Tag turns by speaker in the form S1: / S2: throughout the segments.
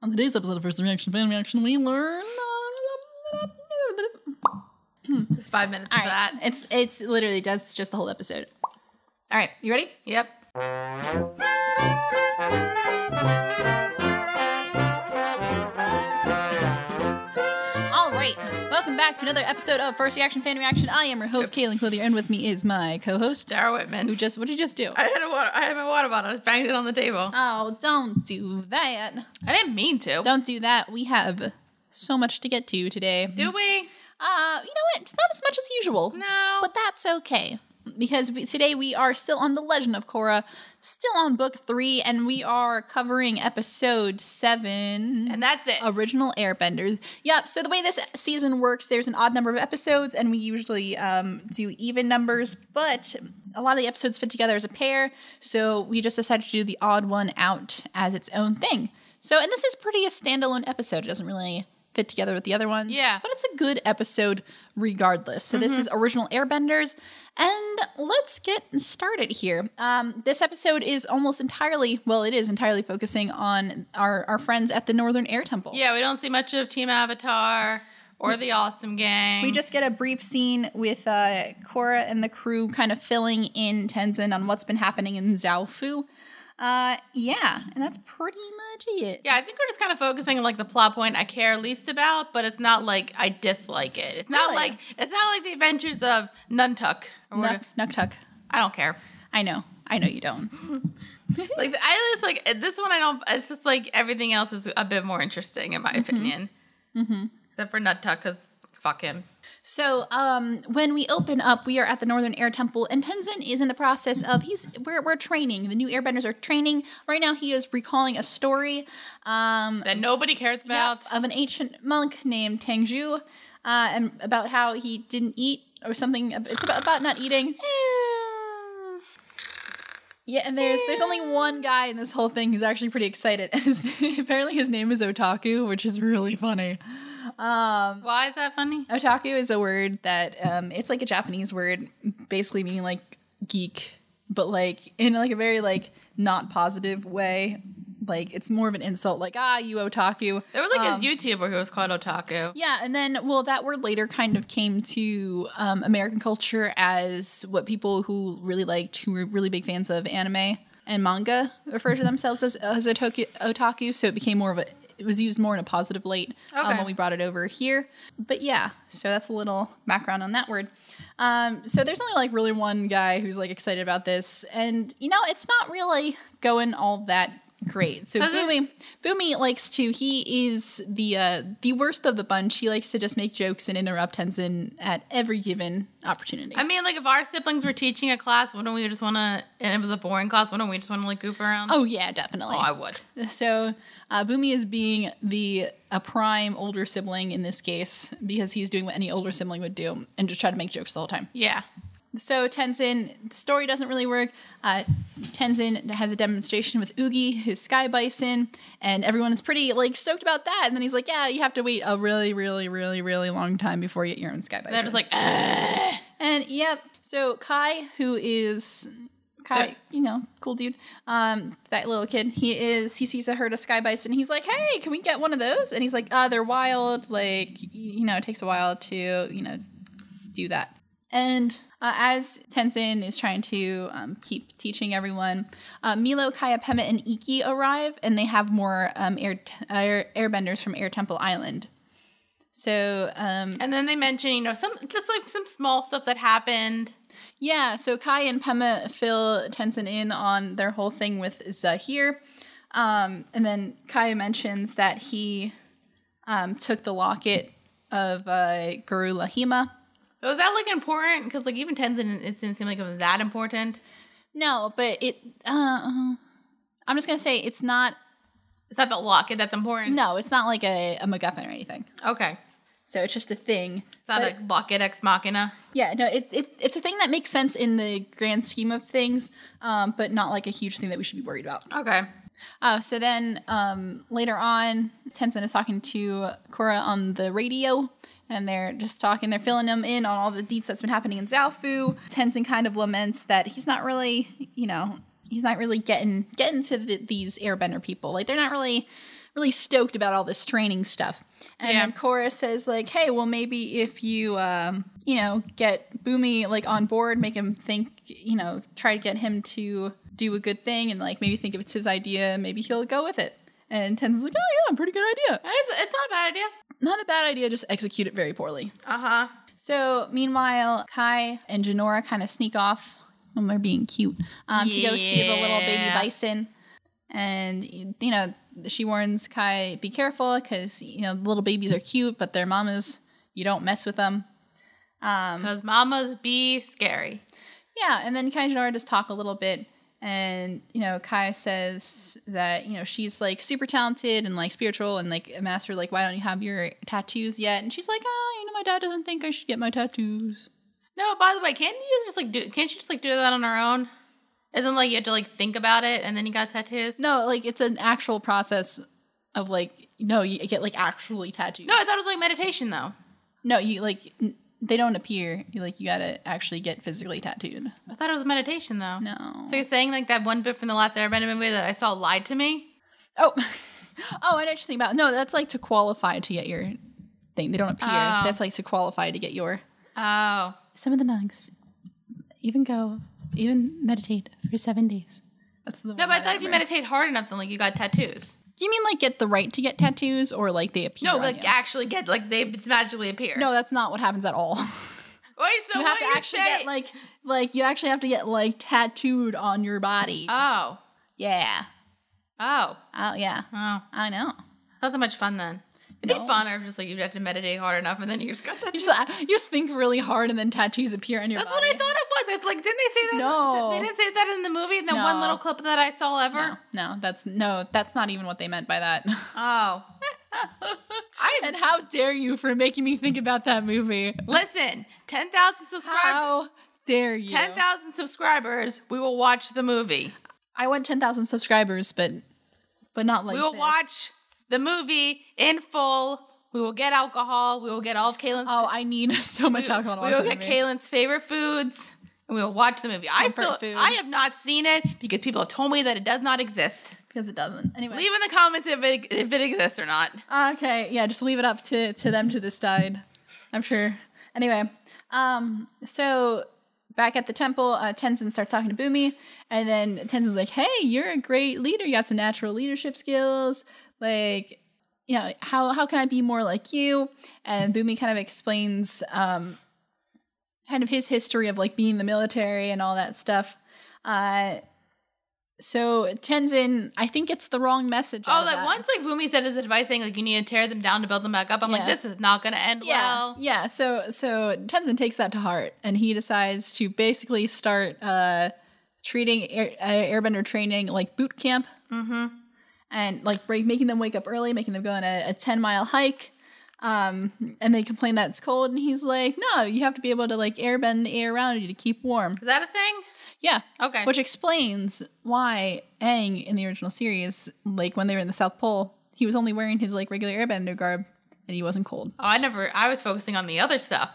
S1: On today's episode of First Reaction Fan Reaction, we learn.
S2: uh,
S3: It's five minutes
S2: All
S3: of
S2: right.
S3: that.
S2: It's it's literally that's just the whole episode. All right, you ready?
S3: Yep.
S2: All right, welcome back to another episode of First Reaction Fan Reaction. I am your host, Kaylin Clothier, and with me is my co-host,
S3: Dara Whitman.
S2: who just what did you just do?
S3: I had a water. I have a water bottle. I just banged it on the table.
S2: Oh, don't do that.
S3: I didn't mean to.
S2: Don't do that. We have so much to get to today. Uh, you
S3: Do
S2: know
S3: we?
S2: what? It's not as much as usual.
S3: No.
S2: But that's okay. Because we, today we are still on The Legend of Korra, still on book three, and we are covering episode seven.
S3: and that's it.
S2: original airbenders yep so the way this season works there's an odd number of episodes and we usually um, do even numbers but a lot of the episodes fit together as a pair so we just decided to do the odd one out as its own thing so and this is pretty a standalone episode it doesn't really fit together with the other ones
S3: Yeah.
S2: but it's a good episode regardless so
S3: Mm-hmm.
S2: this is original airbenders and let's get started here um, this episode is almost entirely well it is entirely focusing on our, our friends at the northern air temple
S3: yeah, we don't see much of Team Avatar or the Awesome Gang.
S2: We just get a brief scene with uh, Korra and the crew kind of filling in Tenzin on what's been happening in Zaofu. Uh, yeah, and that's pretty much it.
S3: Yeah, I think we're just kind of focusing on like the plot point I care least about, but it's not like I dislike it. It's not
S2: Really?
S3: like it's not like the adventures of Nuntuck. Or
S2: Nuck, Nuck Tuck.
S3: I don't care.
S2: I know. I know you don't.
S3: Like I just like eh, this one. I don't. It's just like everything else is a bit more interesting in my opinion. Mm-hmm. Except for Nuntuck, because fuck him.
S2: So, um, when we open up, we are at the Northern Air Temple, and Tenzin is in the process of he's we're, we're training. The new Airbenders are training right now. He is recalling a story. Um,
S3: That nobody cares about.
S2: of an ancient monk named Tangju, uh, and about how he didn't eat or something. It's about, about not eating. Yeah, and there's there's only one guy in this whole thing who's actually pretty excited, and his apparently his name is Otaku, which is really funny. Um,
S3: Why is that funny?
S2: otaku is a word that um, it's like a Japanese word, basically meaning like geek, but like in like a very like not positive way. Like it's more of an insult, like ah, you otaku. Um,
S3: There was like a YouTuber who was called Otaku.
S2: Yeah, and then well, that word later kind of came to um, American culture as what people who really liked, who were really big fans of anime and manga, refer to themselves as, as otaku, otaku. So it became more of a it was used more in a positive light um,
S3: Okay.
S2: when we brought it over here. But yeah, so that's a little background on that word. Um, so there's only like really one guy who's like excited about this, and you know it's not really going all that great. So
S3: Other-
S2: Boomy, Boomy likes to. He is the uh, the worst of the bunch. He likes to just make jokes and interrupt Tenzin at every given opportunity.
S3: I mean, like if our siblings were teaching a class, wouldn't we just want to? And it was a boring class, wouldn't we just want to like goof around?
S2: oh yeah, definitely.
S3: I would.
S2: so uh, Boomy is being the a prime older sibling in this case because he's doing what any older sibling would do and just try to make jokes the whole time.
S3: Yeah.
S2: So Tenzin, the story doesn't really work. Uh, Tenzin has a demonstration with Oogie, his sky bison, and everyone is pretty like stoked about that. And then he's like, "Yeah, you have to wait a really, really, really, really long time before you get your own sky bison."
S3: They're just like, "Ugh."
S2: and yep. So Kai, who is Kai, you know, cool dude, um, that little kid, he is. He sees a herd of sky bison. He's like, "Hey, can we get one of those?" And he's like, "Uh, they're wild. Like, y- you know, it takes a while to, you know, do that. And uh, as Tenzin is trying to um, keep teaching everyone, uh, Milo, Kaya, Pemet, and Iki arrive, and they have more um, air, air airbenders from Air Temple Island. So um,
S3: and then they mention, you know, some just like some small stuff that happened.
S2: yeah, so Kai and Pemet fill Tenzin in on their whole thing with Zahir, um, and then Kai mentions that he um, took the locket of uh, Guru Lahima.
S3: But was that like important? Because like even Tenzin, it didn't seem like it was that important.
S2: No, but it. Uh, I'm just gonna say it's not.
S3: It's not the locket that's important.
S2: No, it's not like a, a MacGuffin or anything.
S3: Okay.
S2: So it's just a thing.
S3: It's not
S2: But-
S3: like locket ex machina.
S2: Yeah, no, it, it it's a thing that makes sense in the grand scheme of things, um, but not like a huge thing that we should be worried about.
S3: Okay.
S2: Oh, so then um, later on, Tenzin is talking to Korra on the radio, and they're just talking. They're filling him in on all the deeds that's been happening in Zaofu. Tenzin kind of laments that he's not really, you know, he's not really getting getting to the, these Airbender people. Like they're not really really stoked about all this training stuff. And
S3: Yeah.
S2: then Cora says like, "Hey, well maybe if you um, you know, get Boomy like on board, make him think, you know, try to get him to do a good thing and like maybe think if it's his idea, maybe he'll go with it." And Tenzin's like, "Oh yeah, pretty good idea.
S3: That is, it's not a bad idea.
S2: Not a bad idea, just execute it very poorly."
S3: Uh huh.
S2: Uh-huh. So meanwhile, Kai and Janora kind of sneak off when they're being cute um, to go see the little baby
S3: Yeah.
S2: bison. And you know, she warns Kai, "Be careful, because you know little babies are cute, but their mamas, you don't mess with them." Um,
S3: Because mamas be scary.
S2: yeah, and then Kai and Janora just talk a little bit, and you know, Kai says that you know she's like super talented and like spiritual and like a master. Like, why don't you have your tattoos yet? And she's like, "Oh, you know, my dad doesn't think I should get my tattoos."
S3: No, by the way, can't you just like do? Can't you just like do that on her own? Isn't like you had to like think about it and then you got tattoos?
S2: No, like it's an actual process of like no, you get like actually tattooed.
S3: No, I thought it was like meditation though.
S2: no, you like n- they don't appear. You like you gotta actually get physically tattooed.
S3: I thought it was meditation though.
S2: No.
S3: So you're saying like that one bit from the last Airbender movie that I saw lied to me?
S2: oh, oh, I know what you about. No, that's like to qualify to get your thing. They don't appear.
S3: Oh.
S2: That's like to qualify to get your.
S3: Oh,
S2: Some of the monks even go even meditate for seven days. That's the
S3: no, but I thought if you meditate hard enough, then like you got tattoos.
S2: Do you mean like get the right to get tattoos or like they appear?
S3: No,
S2: on
S3: like
S2: you?
S3: actually get like they it's magically appear.
S2: no, that's not what happens at all.
S3: wait, so
S2: you
S3: what
S2: have to
S3: you
S2: actually
S3: say-
S2: get like like you actually have to get like tattooed on your body.
S3: Oh,
S2: yeah.
S3: oh,
S2: Oh yeah.
S3: oh,
S2: I know.
S3: not that much fun then. It'd
S2: No.
S3: be funner if just like you have to meditate hard enough and then you just got
S2: You
S3: tattoos.
S2: just uh, you just think really hard and then tattoos appear on your
S3: That's what
S2: body.
S3: I thought it was. It's like didn't they say that?
S2: No.
S3: they didn't say that in the movie. In that one
S2: No.
S3: little clip that I saw ever.
S2: No, no, that's no, that's not even what they meant by that.
S3: Oh, I
S2: and how dare you for making me think about that movie?
S3: listen. Ten thousand subscribers.
S2: How dare you?
S3: Ten thousand subscribers. We will watch the movie.
S2: I want ten thousand subscribers, but but not like
S3: we will
S2: this.
S3: watch the movie in full. We will get alcohol. We will get all of Kaylin's.
S2: Oh, I need so much alcohol. to
S3: we
S2: watch
S3: will
S2: that
S3: get
S2: movie.
S3: Kaylin's favorite foods, and we will watch the movie. I
S2: Comfort
S3: still,
S2: food.
S3: I have not seen it because people have told me that it does not exist.
S2: because it doesn't. Anyway,
S3: Leave in the comments if it, if it exists or not.
S2: Ah, Okay, yeah, just leave it up to to them to decide. I'm sure. Anyway, um, so back at the temple, uh, Tenzin starts talking to Boomy, and then Tenzin's like, "Hey, you're a great leader. You got some natural leadership skills. Like, you know, how how can I be more like you?" And Boomy kind of explains um, kind of his history of like being in the military and all that stuff. Uh, so Tenzin, I think it's the wrong message. out
S3: Oh,
S2: of
S3: like
S2: that.
S3: once like Boomy said his advice saying like you need to tear them down to build them back up. I'm
S2: Yeah.
S3: like this is not going to end
S2: Yeah,
S3: well.
S2: yeah. So so Tenzin takes that to heart, and he decides to basically start uh, treating air, uh, airbender training like boot camp, mm-hmm. and like break, making them wake up early, making them go on a, a ten mile hike. Um, and they complain that it's cold, and he's like, "No, you have to be able to like airbend the air around you to keep warm."
S3: Is that a thing?
S2: Yeah,
S3: Okay.
S2: which explains why Aang in the original series, like when they were in the South Pole, he was only wearing his like regular airbender garb, and he wasn't cold.
S3: oh, I never. I was focusing on the other stuff,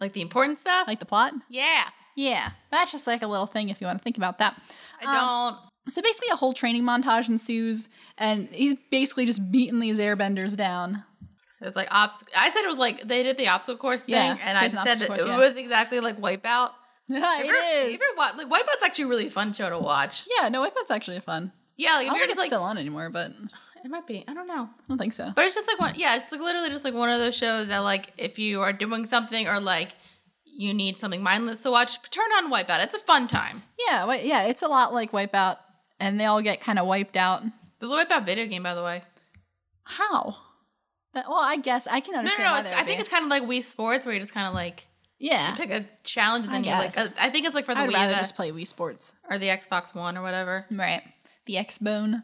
S3: like the important stuff.
S2: Like the plot.
S3: yeah,
S2: Yeah, that's just like a little thing if you want to think about that. Um,
S3: I don't.
S2: So basically, a whole training montage ensues, and he's basically just beating these airbenders down.
S3: It's like obst- I said it was like they did the obstacle course thing,
S2: Yeah,
S3: and I
S2: there's an
S3: said it,
S2: obstacle course,
S3: it
S2: yeah.
S3: was exactly like Wipeout.
S2: Yeah,
S3: Have you ever-
S2: it
S3: have
S2: is.
S3: you ever wa- like Wipeout's actually a really fun show to watch.
S2: Yeah, no, Wipeout's actually fun.
S3: Yeah, like
S2: I don't
S3: if you're
S2: think it's
S3: just like
S2: still on anymore, but I
S3: it might be. I don't know,
S2: don't think so.
S3: but it's just like one. Yeah, it's like literally just like one of those shows that like if you are doing something or like you need something mindless to watch, turn on Wipeout. It's a fun time.
S2: Yeah, wi- yeah, it's a lot like Wipeout, and they all get kind of wiped out.
S3: There's a Wipeout video game, by the way.
S2: How? That, well, I guess I can
S3: No, no,
S2: understand
S3: no.
S2: why
S3: It's,
S2: there
S3: I
S2: would
S3: think
S2: be.
S3: it's kind of like Wii Sports, where you just kind of like
S2: yeah,
S3: pick a challenge and
S2: I
S3: then you like.
S2: guess.
S3: I think it's like for the
S2: I'd
S3: Wii
S2: rather
S3: the-
S2: just play Wii Sports.
S3: or the Xbox One or whatever.
S2: Right. The X bone.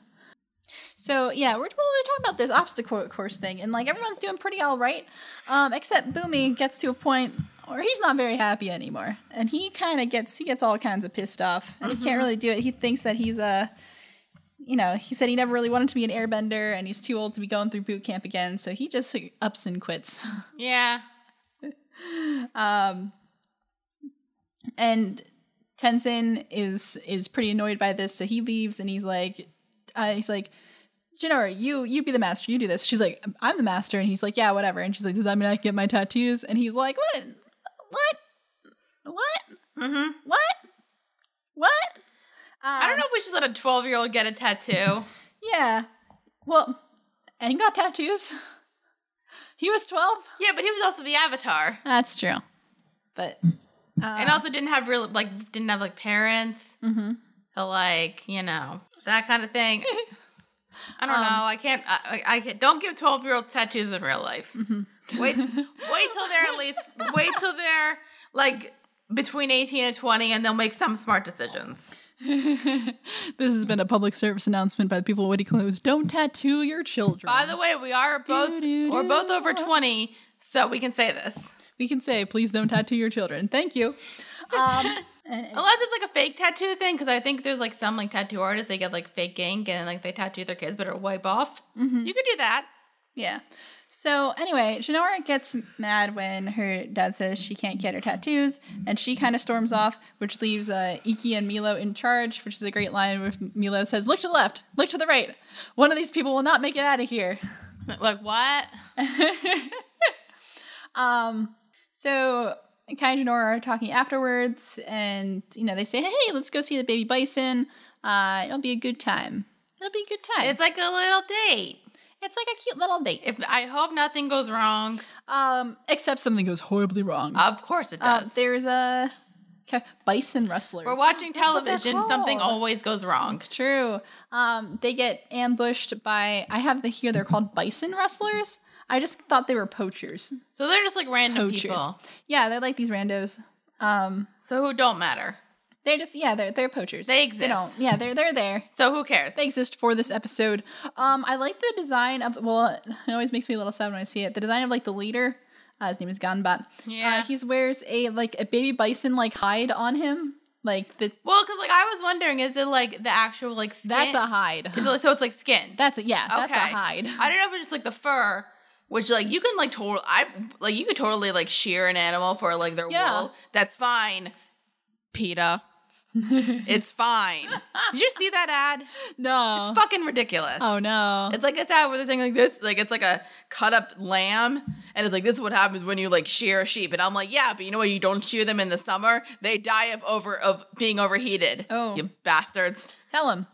S2: So yeah, we're, well, we're talking about this obstacle course thing, and like everyone's doing pretty all right, um, except Boomy gets to a point where he's not very happy anymore, and he kind of gets he gets all kinds of pissed off, and he can't really do it. He thinks that he's a, you know, he said he never really wanted to be an airbender, and he's too old to be going through boot camp again, so he just like, ups and quits.
S3: Yeah.
S2: Um, and Tenzin is is pretty annoyed by this, so he leaves and he's like, uh, he's like, Jinora, you you be the master. You do this. She's like, I'm the master, and he's like, yeah, whatever. And she's like, does that mean I can get my tattoos? And he's like, what, what, what,
S3: Mm-hmm.
S2: what, what? Um,
S3: I don't know if we should let a 12 year old get a tattoo.
S2: Yeah. Well, and he got tattoos. he was twelve.
S3: yeah, but he was also the avatar.
S2: That's true. But uh,
S3: and also didn't have real, like, didn't have, like, parents
S2: mm-hmm.
S3: to, like, you know, that kind of thing. I don't
S2: Um,
S3: know. I can't, I, I can't, don't give 12 year olds tattoos in real life.
S2: Mm-hmm.
S3: Wait, wait till they're at least, wait till they're, like, between 18 and 20 and they'll make some smart decisions.
S2: this has been a public service announcement by the people of Woody Close. Don't tattoo your children.
S3: By the way, we are both,
S2: do,
S3: we're both
S2: do.
S3: over 20, so we can say this.
S2: we can say, please don't tattoo your children. Thank you. Um, and- and-
S3: Unless it's like a fake tattoo thing, because I think there's like some like tattoo artists they get like fake ink and like they tattoo their kids, but it'll wipe off.
S2: Mm-hmm.
S3: You could do that.
S2: yeah. So anyway, Shannara gets mad when her dad says she can't get her tattoos, and she kind of storms off, which leaves uh, Iki and Milo in charge, which is a great line where Milo says, "Look to the left, look to the right. One of these people will not make it out of here."
S3: Like what?
S2: um, so Kai and Janora are talking afterwards, and you know they say, "Hey, let's go see the baby bison. Uh, it'll be a good time. It'll be a good time.
S3: It's like a little date.
S2: it's like a cute little date."
S3: If I hope nothing goes wrong.
S2: Um, except something goes horribly wrong.
S3: Of course it
S2: Uh,
S3: does.
S2: there's a ca- bison rustlers.
S3: We're watching
S2: That's what they're
S3: television. Something
S2: called.
S3: always goes wrong.
S2: It's true. Um, they get ambushed by. I have the here. They're called bison rustlers. I just thought they were poachers.
S3: So they're just like random
S2: Poachers.
S3: people.
S2: Yeah, they're like these randos. Um,
S3: So who don't matter.
S2: they're just yeah, they're they're poachers.
S3: They
S2: They
S3: exist.
S2: don't. Yeah, they're they're there.
S3: So who cares?
S2: They exist for this episode. Um, I like the design of. Well, it always makes me a little sad when I see it. The design of like the leader. Uh, his name is Ganbat.
S3: Yeah.
S2: Uh, he wears a like a baby bison like hide on him. Like the
S3: well, because like I was wondering, is it like the actual like skin?
S2: that's a hide.
S3: Is it, like- so it's like skin.
S2: That's a yeah. That's a
S3: Okay.
S2: hide.
S3: I don't know if it's like the fur, which like you can like total I like you could totally like shear an animal for like their
S2: Yeah.
S3: wool. That's fine. PETA. it's fine. Did you see that ad?
S2: No.
S3: It's fucking ridiculous.
S2: oh no.
S3: It's like it's ad where they're saying like this, like it's like a cut up lamb, and it's like this is what happens when you like shear a sheep. And I'm like, yeah, but you know what? You don't shear them in the summer; they die of over of being overheated.
S2: Oh.
S3: you bastards!
S2: Tell him.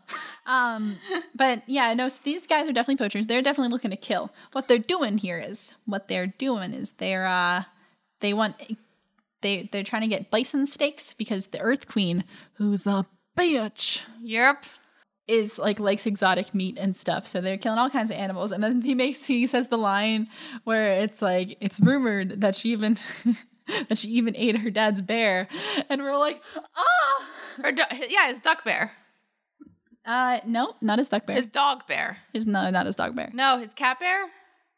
S2: Um, but yeah, no, so these guys are definitely poachers. They're definitely looking to kill. What they're doing here is what they're doing is they're uh they want eh, they they're trying to get bison steaks because the Earth Queen, who's a bitch,
S3: Yep.
S2: is like likes exotic meat and stuff. So they're killing all kinds of animals. And then he makes he says the line where it's like it's rumored that she even that she even ate her dad's bear. And we're like, ah
S3: Or du- yeah, it's duck bear.
S2: uh no, not his duck bear.
S3: It's dog bear.
S2: His no, not his dog bear.
S3: No, his cat bear.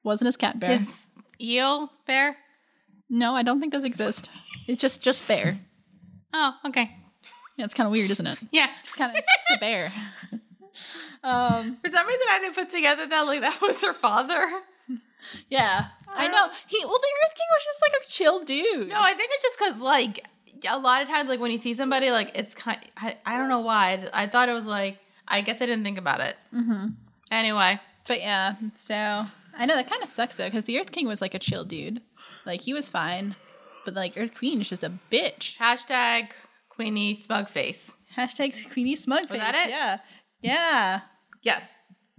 S2: Wasn't his cat bear.
S3: His eel bear.
S2: No, I don't think those exist. It's just just bear.
S3: Oh, okay.
S2: Yeah, it's kind of weird, isn't it?
S3: Yeah.
S2: It's kind of just a bear. Um,
S3: For some reason, I didn't put together that like that was her father.
S2: yeah, I know. He well, the Earth King was just like a chill dude.
S3: No, I think it's just because like a lot of times, like when you see somebody, like it's kind. I, I don't know why. I thought it was like. I guess I didn't think about it.
S2: mm-hmm.
S3: Anyway,
S2: but yeah. So I know that kind of sucks though, because the Earth King was like a chill dude. Like he was fine, but like Earth Queen is just a bitch.
S3: hashtag Queenie Smugface.
S2: Hashtag Queenie Smugface.
S3: Was that it?
S2: Yeah, yeah.
S3: Yes.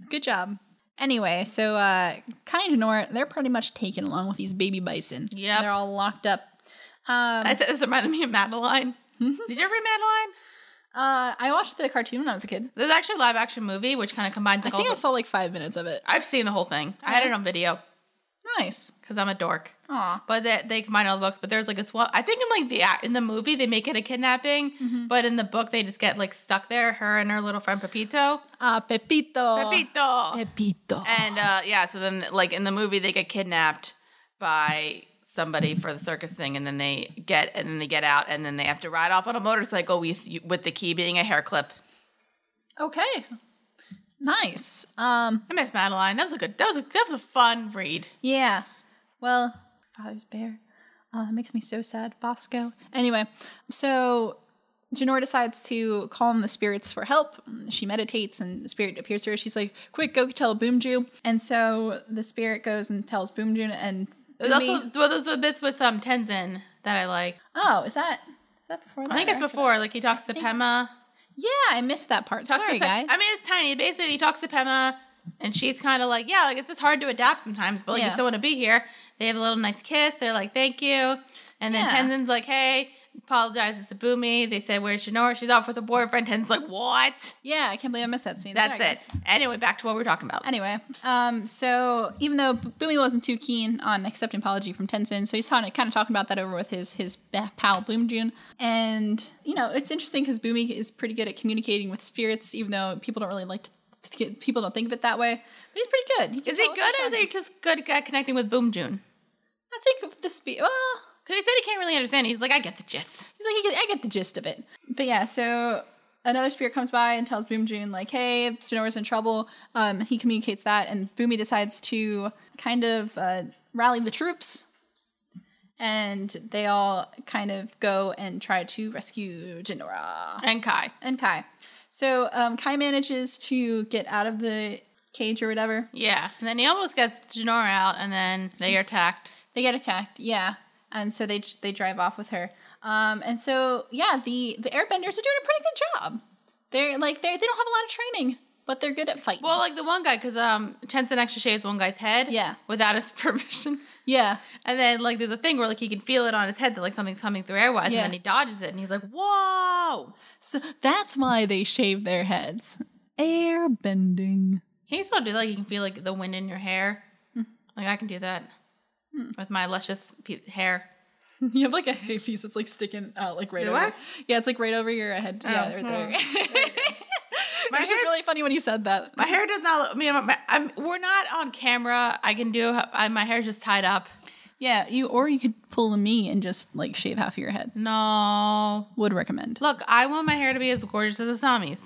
S2: Good job. Anyway, so uh, Kai and Nora, they're pretty much taken along with these baby bison.
S3: Yep.
S2: They're all locked up. Um,
S3: I said this reminded me of Madeline.
S2: Mm-hmm.
S3: Did you ever read Madeline?
S2: uh, I watched the cartoon when I was a kid.
S3: There's actually a live action movie which kind of combines
S2: I
S3: like all
S2: think I
S3: the,
S2: saw like five minutes of it.
S3: I've seen the whole thing. I had it on video
S2: Nice.
S3: because I'm a dork.
S2: Aw.
S3: But they, they combine all the books. But there's like this one. I think in like the a- in the movie they make it a kidnapping,
S2: Mm-hmm.
S3: but in the book they just get like stuck there. Her and her little friend Pepito.
S2: Uh, Pepito.
S3: Pepito.
S2: Pepito.
S3: and uh, yeah, so then like in the movie they get kidnapped by somebody for the circus thing, and then they get and then they get out, and then they have to ride off on a motorcycle with with the key being a hair clip.
S2: okay. Nice. Um,
S3: I miss Madeline. That was a good. That was a, that was a fun read.
S2: yeah. Well, father's bear. Uh, it makes me so sad, Bosco. Anyway, so Janora decides to calm the spirits for help. She meditates and the spirit appears to her. She's like, Quick, go tell Boomju. And so the spirit goes and tells Boomju and
S3: There's
S2: Boomy-
S3: also well, those are the bits with um Tenzin that I like.
S2: Oh, is that is that before that?
S3: I think
S2: or
S3: it's
S2: after
S3: before.
S2: that?
S3: Like he talks to
S2: think-
S3: Pema.
S2: Yeah, I missed that part.
S3: Talks
S2: Sorry,
S3: to Pe-
S2: guys.
S3: I mean, it's tiny. Basically, he talks to Pema, and she's kind of like, yeah, like it's just hard to adapt sometimes, but like
S2: Yeah.
S3: you still want to be here. They have a little nice kiss. They're like, thank you. And then
S2: Yeah.
S3: Tenzin's like, hey, apologizes to Boomy. They said, where's Shinora? She's off with a boyfriend. Tenzin's like, what?
S2: yeah, I can't believe I missed that scene.
S3: That's
S2: Sorry, guys.
S3: it. Anyway, back to what we we're talking about.
S2: Anyway, um, so even though B- Boomy wasn't too keen on accepting apology from Tenzin, so he's kind of kind of talking about that over with his his ba- pal Boomjun, and you know it's interesting because Boomy is pretty good at communicating with spirits, even though people don't really like to. to get- People don't think of it that way, but he's pretty good. He can
S3: Is he
S2: tell
S3: good
S2: what's
S3: or
S2: going
S3: are they
S2: on.
S3: just good at connecting with Boom June?
S2: I think of the spirit. Well,
S3: Because he said he can't really understand. He's like, I get the gist.
S2: He's like, I get, I get the gist of it. But yeah, so another spirit comes by and tells Boom June, like, hey, Janora's in trouble. Um, he communicates that, and Boomy decides to kind of uh, rally the troops. And they all kind of go and try to rescue Janora
S3: And Kai.
S2: and Kai. So um, Kai manages to get out of the cage or whatever.
S3: Yeah. And then he almost gets Janora out, and then they are attacked.
S2: They get attacked, yeah, and so they they drive off with her. Um, and so yeah, the the Airbenders are doing a pretty good job. They're like they they don't have a lot of training, but they're good at fighting.
S3: Well, like the one guy, because um, Tenzin actually shaves one guy's head.
S2: Yeah.
S3: Without his permission.
S2: yeah,
S3: And then, like, there's a thing where, like, he can feel it on his head that, like, something's coming through airwise,
S2: Yeah.
S3: and then he dodges it, and he's like, whoa!
S2: so that's why they shave their heads. Airbending.
S3: Can you still do that? Like, you can feel, like, the wind in your hair.
S2: Mm.
S3: Like, I can do that
S2: Hmm.
S3: with my luscious pe- hair.
S2: Mm-hmm. You have like a hay piece that's like sticking out like right
S3: Do
S2: over.
S3: I? Oh, hmm.
S2: Yeah, it's like right over your head. yeah, right there.
S3: My
S2: it was just
S3: hair-
S2: really funny when you said that.
S3: My hair does not. I mean, I'm, I'm, we're not on camera. I can do. I, my hair's just tied up.
S2: Yeah, you or you could pull a me and just like shave half of your head.
S3: No.
S2: Would recommend.
S3: Look, I want my hair to be as gorgeous as Asami's.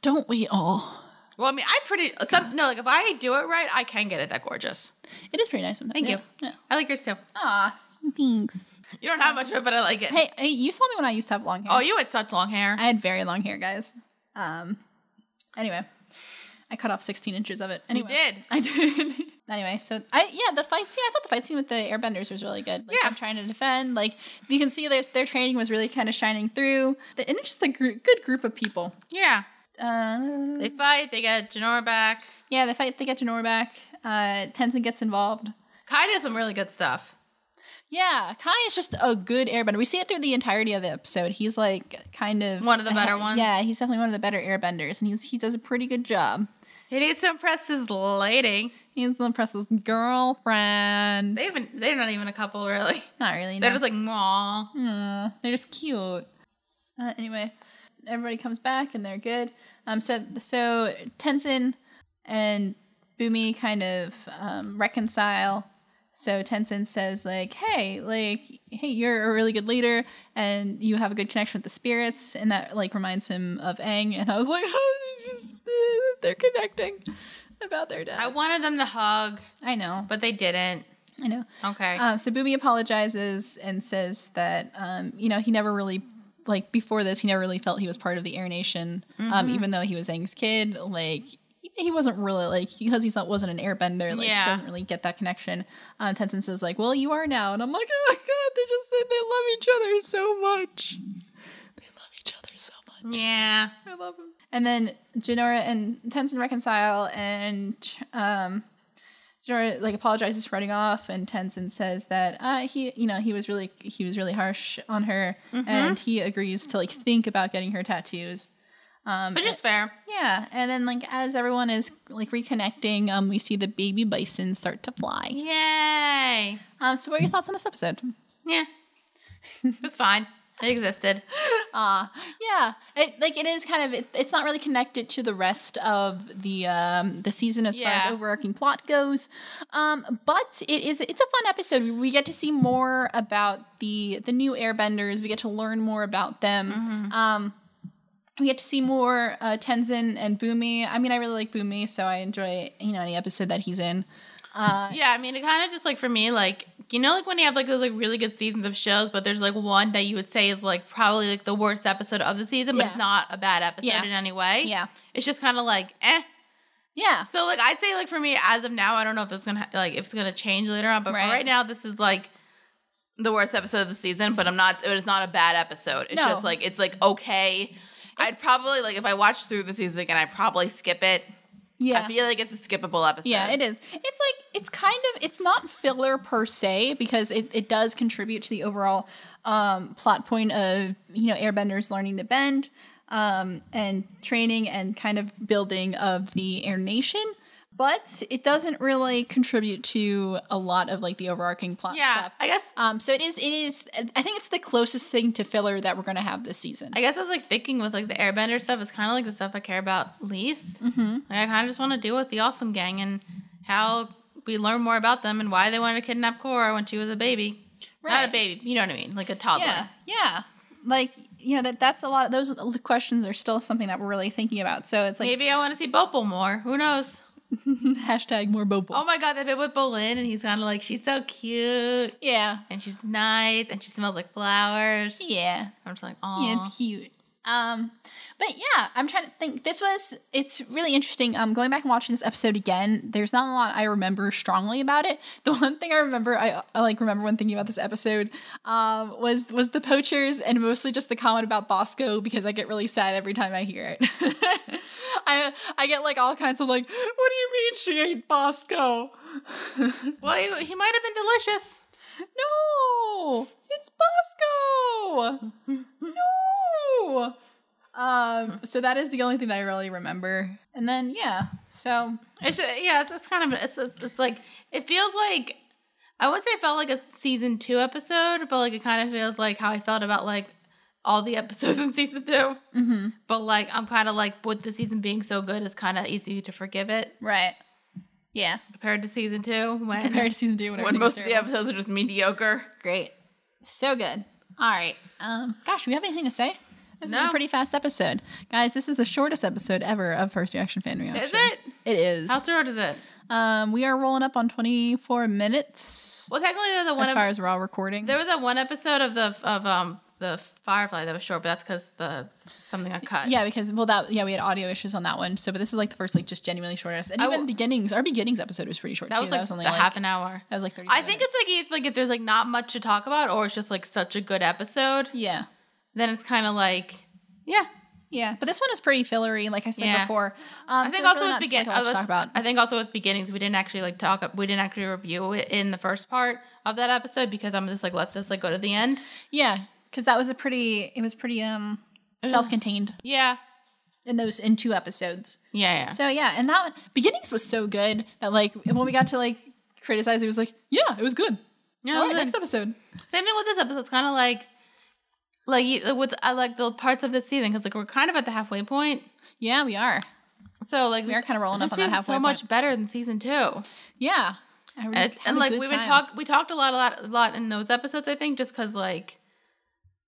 S2: Don't we all?
S3: Well, I mean, I pretty some, no. Like, if I do it right, I can get it that gorgeous.
S2: It is pretty nice sometimes.
S3: Thank
S2: yeah.
S3: you.
S2: Yeah.
S3: I like yours too.
S2: Aw, thanks.
S3: You don't have much of it, but I like it.
S2: Hey, hey, you saw me when I used to have long hair.
S3: Oh, you had such long hair.
S2: I had very long hair, guys. Um, anyway, I cut off 16 inches of it.
S3: you
S2: Anyway,
S3: did.
S2: I did. anyway, so I yeah, the fight scene. I thought the fight scene with the Airbenders was really good. Like,
S3: Yeah.
S2: I'm trying to defend. Like you can see their their training was really kind of shining through, and it's just a gr- good group of people.
S3: Yeah.
S2: Uh,
S3: They fight. They get Janora back.
S2: yeah, the fight they get Janora back. Uh, Tenzin gets involved.
S3: Kai does some really good stuff.
S2: Yeah, Kai is just a good airbender. We see it through the entirety of the episode. He's like kind of
S3: One of the better ones.
S2: Yeah, he's definitely one of the better airbenders, and he's he does a pretty good job.
S3: He needs to impress his lady.
S2: He's the impressive girlfriend.
S3: They even. They're not even a couple, really.
S2: Not really.
S3: They're
S2: no.
S3: just like, "Mwah."
S2: Aw, they're just cute. Uh, anyway, everybody comes back and they're good. Um, so so Tenzin and Bumi kind of um, reconcile. So Tenzin says like, "Hey, like, hey, you're a really good leader, and you have a good connection with the spirits," and that like reminds him of Aang. And I was like, "They're connecting about their dad."
S3: I wanted them to hug,
S2: I know,
S3: but they didn't.
S2: I know.
S3: Okay.
S2: Um, so Boomy apologizes and says that um, you know he never really like before this he never really felt he was part of the Air Nation,
S3: Mm-hmm.
S2: um, even though he was Aang's kid. Like he wasn't really like because he's not wasn't an Airbender. Like
S3: Yeah.
S2: he doesn't really get that connection. Um, Tenzin says like, "Well, you are now," and I'm like, "Oh my god, they just said they love each other so much. They love each other so much."
S3: yeah.
S2: I love him. And then Janora and Tenzin reconcile, and um, Janora like apologizes for running off, and Tenzin says that uh, he, you know, he was really he was really harsh on her, and he agrees to like think about getting her tattoos. Um,
S3: But just fair.
S2: yeah, and then like as everyone is like reconnecting, um, we see the baby bison start to fly.
S3: Yay.
S2: Um, so what are your thoughts on this episode?
S3: Yeah. it was fine. It existed.
S2: Ah, yeah. It like it is kind of it, it's not really connected to the rest of the um the season as far
S3: Yeah.
S2: as overarching plot goes. Um but it is it's a fun episode. We get to see more
S3: Mm-hmm.
S2: about the the new airbenders. We get to learn more about them. Um we get to see more uh, Tenzin and Boomy. I mean, I really like Boomy, so I enjoy you know any episode that he's in. Uh,
S3: Yeah, I mean, it kind of just like for me, like you know, like when you have like those like really good seasons of shows, but there's like one that you would say is like probably like the worst episode of the season, but
S2: Yeah.
S3: it's not a bad episode
S2: Yeah.
S3: in any way.
S2: yeah,
S3: it's just kind of like eh.
S2: yeah,
S3: So like I'd say like for me as of now, I don't know if it's gonna ha- like if it's gonna change later on, but
S2: Right.
S3: for right now, this is like the worst episode of the season. But I'm not. It's not a bad episode. It's
S2: No.
S3: just like it's like okay. I'd
S2: It's-
S3: probably like if I watched through the season again, I'd probably skip it.
S2: yeah.
S3: I feel like it's a skippable episode.
S2: Yeah, it is. It's like it's kind of it's not filler per se because it, it does contribute to the overall um, plot point of you know airbenders learning to bend um, and training and kind of building of the air nation. But it doesn't really contribute to a lot of like the overarching plot
S3: Yeah,
S2: stuff.
S3: I guess
S2: Um, so it is. It is. I think it's the closest thing to filler that we're going to have this season.
S3: I guess I was like thinking with like the Airbender stuff, it's kind of like the stuff I care about least. Mm-hmm. Like I kind of just want to deal with the Awesome Gang and how we learn more about them and why they wanted to kidnap Korra when she was a baby. Not
S2: Right.
S3: a baby, you know what I mean? Like a toddler.
S2: Yeah, yeah. Like you know that that's a lot. Of, those questions are still something that we're really thinking about. So it's like
S3: Maybe I want to see Bopal more. Who knows?
S2: hashtag more Bopal.
S3: Oh my god, that bit with Bolin and he's kind of like, she's so cute
S2: yeah,
S3: and she's nice and she smells like flowers.
S2: yeah,
S3: I'm just like,
S2: yeah.
S3: oh,
S2: It's cute. Um, but yeah, I'm trying to think. This was it's really interesting. Um, going back and watching this episode again, there's not a lot I remember strongly about it. The one thing I remember, I, I like remember when thinking about this episode, um, was was the poachers and mostly just the comment about Bosco because I get really sad every time I hear it. I I get like all kinds of like, what do you mean she ate Bosco?
S3: well, he, he might have been delicious.
S2: No, it's Bosco. No. Um. So that is the only thing that I really remember. And then yeah. So
S3: It's just, yeah, it's, it's kind of it's, it's, it's like it feels like I wouldn't say it felt like a season two episode, but like it kind of feels like how I felt about like all the episodes in season two.
S2: mhm,
S3: But like I'm kind of like with the season being so good, it's kind of easy to forgive it
S2: Right. Yeah.
S3: compared to season two when
S2: Compared to season two, whatever.
S3: when most of the episodes are just mediocre.
S2: Great. So good. All right. Um. Gosh, do we have anything to say? This is a
S3: No.
S2: pretty fast episode, guys. This is the shortest episode ever of First Reaction Fan Reaction.
S3: Is it?
S2: It is.
S3: How short is it?
S2: Um. We are rolling up on twenty four minutes
S3: Well, technically there's a one.
S2: as
S3: ep-
S2: far as we're all recording.
S3: there was that one episode of the of um the Firefly that was short, but that's because the something got cut.
S2: Yeah, because well, that yeah, we had audio issues on that one. So, but this is like the first like just genuinely shortest. And
S3: I
S2: even
S3: w-
S2: beginnings, our beginnings episode was pretty short.
S3: that
S2: too.
S3: was like
S2: only
S3: the
S2: like
S3: half an hour.
S2: that was like thirty.
S3: I think it's like if like if there's like not much to talk about or it's just like such a good episode,
S2: yeah,
S3: then it's kind of like yeah.
S2: yeah. But this one is pretty fillery, like I said
S3: Yeah.
S2: before. Um,
S3: I think
S2: so there's
S3: also
S2: really
S3: with
S2: not just, like,
S3: begin-
S2: a lot to
S3: I
S2: talk
S3: was-
S2: about.
S3: I think also with beginnings we didn't actually like talk we didn't actually review it in the first part of that episode because I'm just like let's just like go to the end.
S2: Yeah, because that was a pretty. It was pretty um self-contained
S3: Yeah.
S2: in those in two episodes.
S3: Yeah, yeah.
S2: So yeah, and that one, beginnings was so good that like when we got to like criticize, it was like yeah, it was good.
S3: No,
S2: All right,
S3: like,
S2: next episode.
S3: same thing with this episode. It's kind of like like you- with I like the parts of this season because like we're kind of at the halfway point.
S2: Yeah, we are.
S3: So like
S2: We are kinda rolling
S3: this
S2: up on that
S3: season's
S2: halfway
S3: so much better than season two.
S2: Yeah. And, we're
S3: and,
S2: just
S3: it's-
S2: having
S3: and
S2: a
S3: like
S2: good
S3: we would
S2: time.
S3: talk we talked a lot a lot a lot in those episodes i think just because like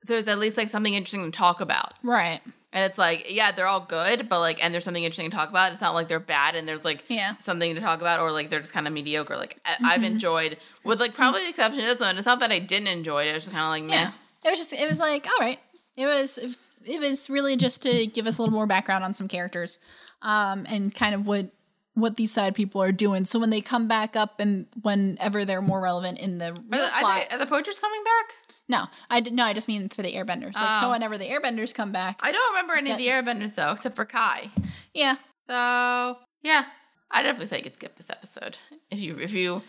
S3: there's at least like something interesting to talk about
S2: right.
S3: and it's like yeah they're all good but like and there's something interesting to talk about it's not like they're bad and there's like
S2: Yeah.
S3: something to talk about or like they're just kind of mediocre like I- i've
S2: Mhm.
S3: enjoyed with like probably the exception of this one it's not that i didn't enjoy it it was just kind of like meh.
S2: Yeah. It was just it was like, all right. It was it was really just to give us a little more background on some characters um and kind of what what these side people are doing. So when they come back up and whenever they're more relevant in the
S3: Are
S2: real
S3: the,
S2: plot.
S3: are, they, are the poachers coming back?
S2: no, I did, no, I just mean for the airbenders. Like, so
S3: Oh.
S2: whenever the airbenders come back.
S3: I don't remember any
S2: That-
S3: of the airbenders though, except for Kai.
S2: yeah.
S3: So yeah, I definitely say you could skip this episode if you if you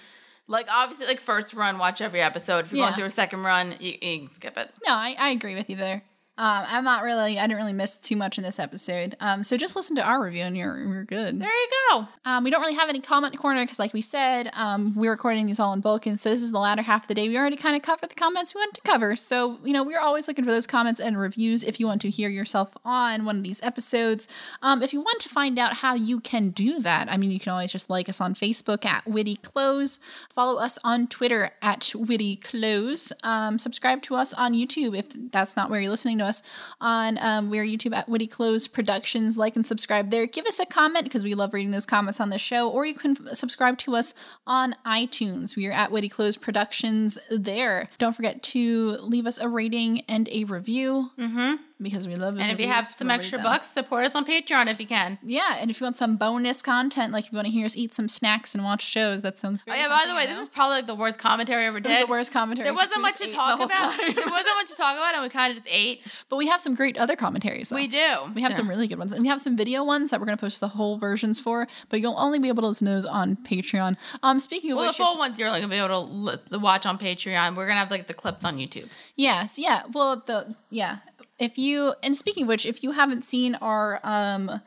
S3: like obviously like first run watch every episode. If you're
S2: Yeah.
S3: going through a second run, you, you can skip it.
S2: No, I, I agree with you there. Um, I'm not really. I didn't really miss too much in this episode. Um, so just listen to our review and you're you're good.
S3: There you go.
S2: Um, we don't really have any comment corner because, like we said, um, we're recording these all in bulk, and so this is the latter half of the day. We already kind of covered the comments we wanted to cover, so you know we're always looking for those comments and reviews. If you want to hear yourself on one of these episodes, um, if you want to find out how you can do that, I mean, you can always just like us on Facebook at Witty Close, follow us on Twitter at Witty Close, um, subscribe to us on YouTube if that's not where you're listening to us us on um, we're YouTube at Witty Clothes Productions. Like and subscribe there. Give us a comment because we love reading those comments on the show, or you can f- subscribe to us on iTunes. We are at Witty Clothes Productions there. Don't forget to leave us a rating and a review
S3: Mm-hmm.
S2: because we love
S3: And if you
S2: reviews.
S3: have some
S2: We'll read
S3: extra
S2: them.
S3: bucks, support us on Patreon if you can. Oh,
S2: Yeah, and if you want some bonus content, like if you want to hear us eat some snacks and watch shows, that sounds
S3: Oh
S2: great.
S3: yeah. By the way, this is probably like the worst commentary I ever
S2: it was
S3: did.
S2: the worst commentary.
S3: There
S2: 'cause
S3: wasn't
S2: we
S3: much
S2: just
S3: to
S2: ate
S3: talk
S2: the whole
S3: about.
S2: time.
S3: there wasn't much to talk about, and we kind of just ate.
S2: but we have some great other commentaries. Though.
S3: We do.
S2: We have some really good ones, and we have some video ones that we're going to post the whole versions for. But you'll only be able to listen to those on Patreon. Um, speaking of
S3: Well, the
S2: which, if-
S3: full ones you're only gonna be able to li- to watch on Patreon. We're gonna have like the clips on YouTube.
S2: Yes, yeah. Well, the yeah. If you and speaking of which, if you haven't seen our um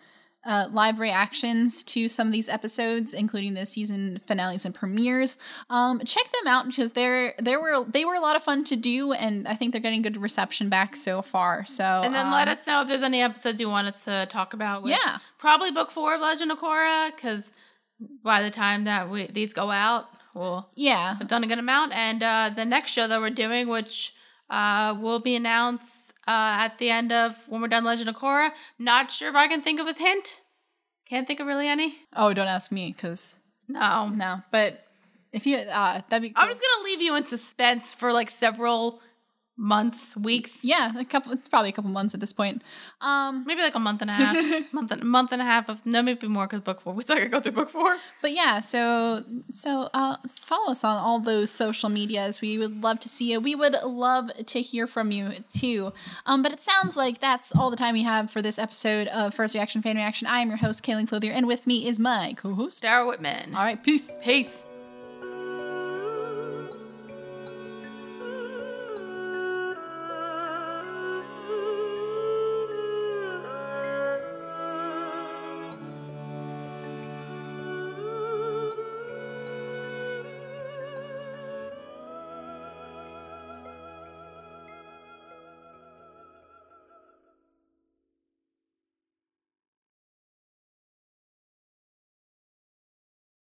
S2: uh, live reactions to some of these episodes, including the season finales and premieres, um, check them out because they're they were they were a lot of fun to do, and I think they're getting good reception back so far. So um,
S3: And then let us know if there's any episodes you want us to talk about. which-
S2: Yeah.
S3: Probably book four of Legend of Korra, because by the time that we these go out, we'll
S2: yeah,
S3: have done a good amount. And uh, the next show that we're doing, which uh, will be announced uh, at the end of when we're done Legend of Korra. Not sure if I can think of a hint. Can't think of really any.
S2: oh, don't ask me because
S3: No.
S2: no, but if you uh, that'd be
S3: I'm
S2: cool.
S3: just gonna leave you in suspense for like several months, weeks,
S2: yeah, a couple. It's probably a couple months at this point. Um,
S3: maybe like a month and a half, month and month and a half of no, maybe more because book four. We still gotta go through book four.
S2: But yeah, so so uh, follow us on all those social medias. We would love to see you. We would love to hear from you too. Um, but it sounds like that's all the time we have for this episode of First Reaction Fan Reaction. I am your host, Kaylin Clothier, and with me is my co-host.
S3: Sarah Whitman.
S2: All right, peace.
S3: Peace.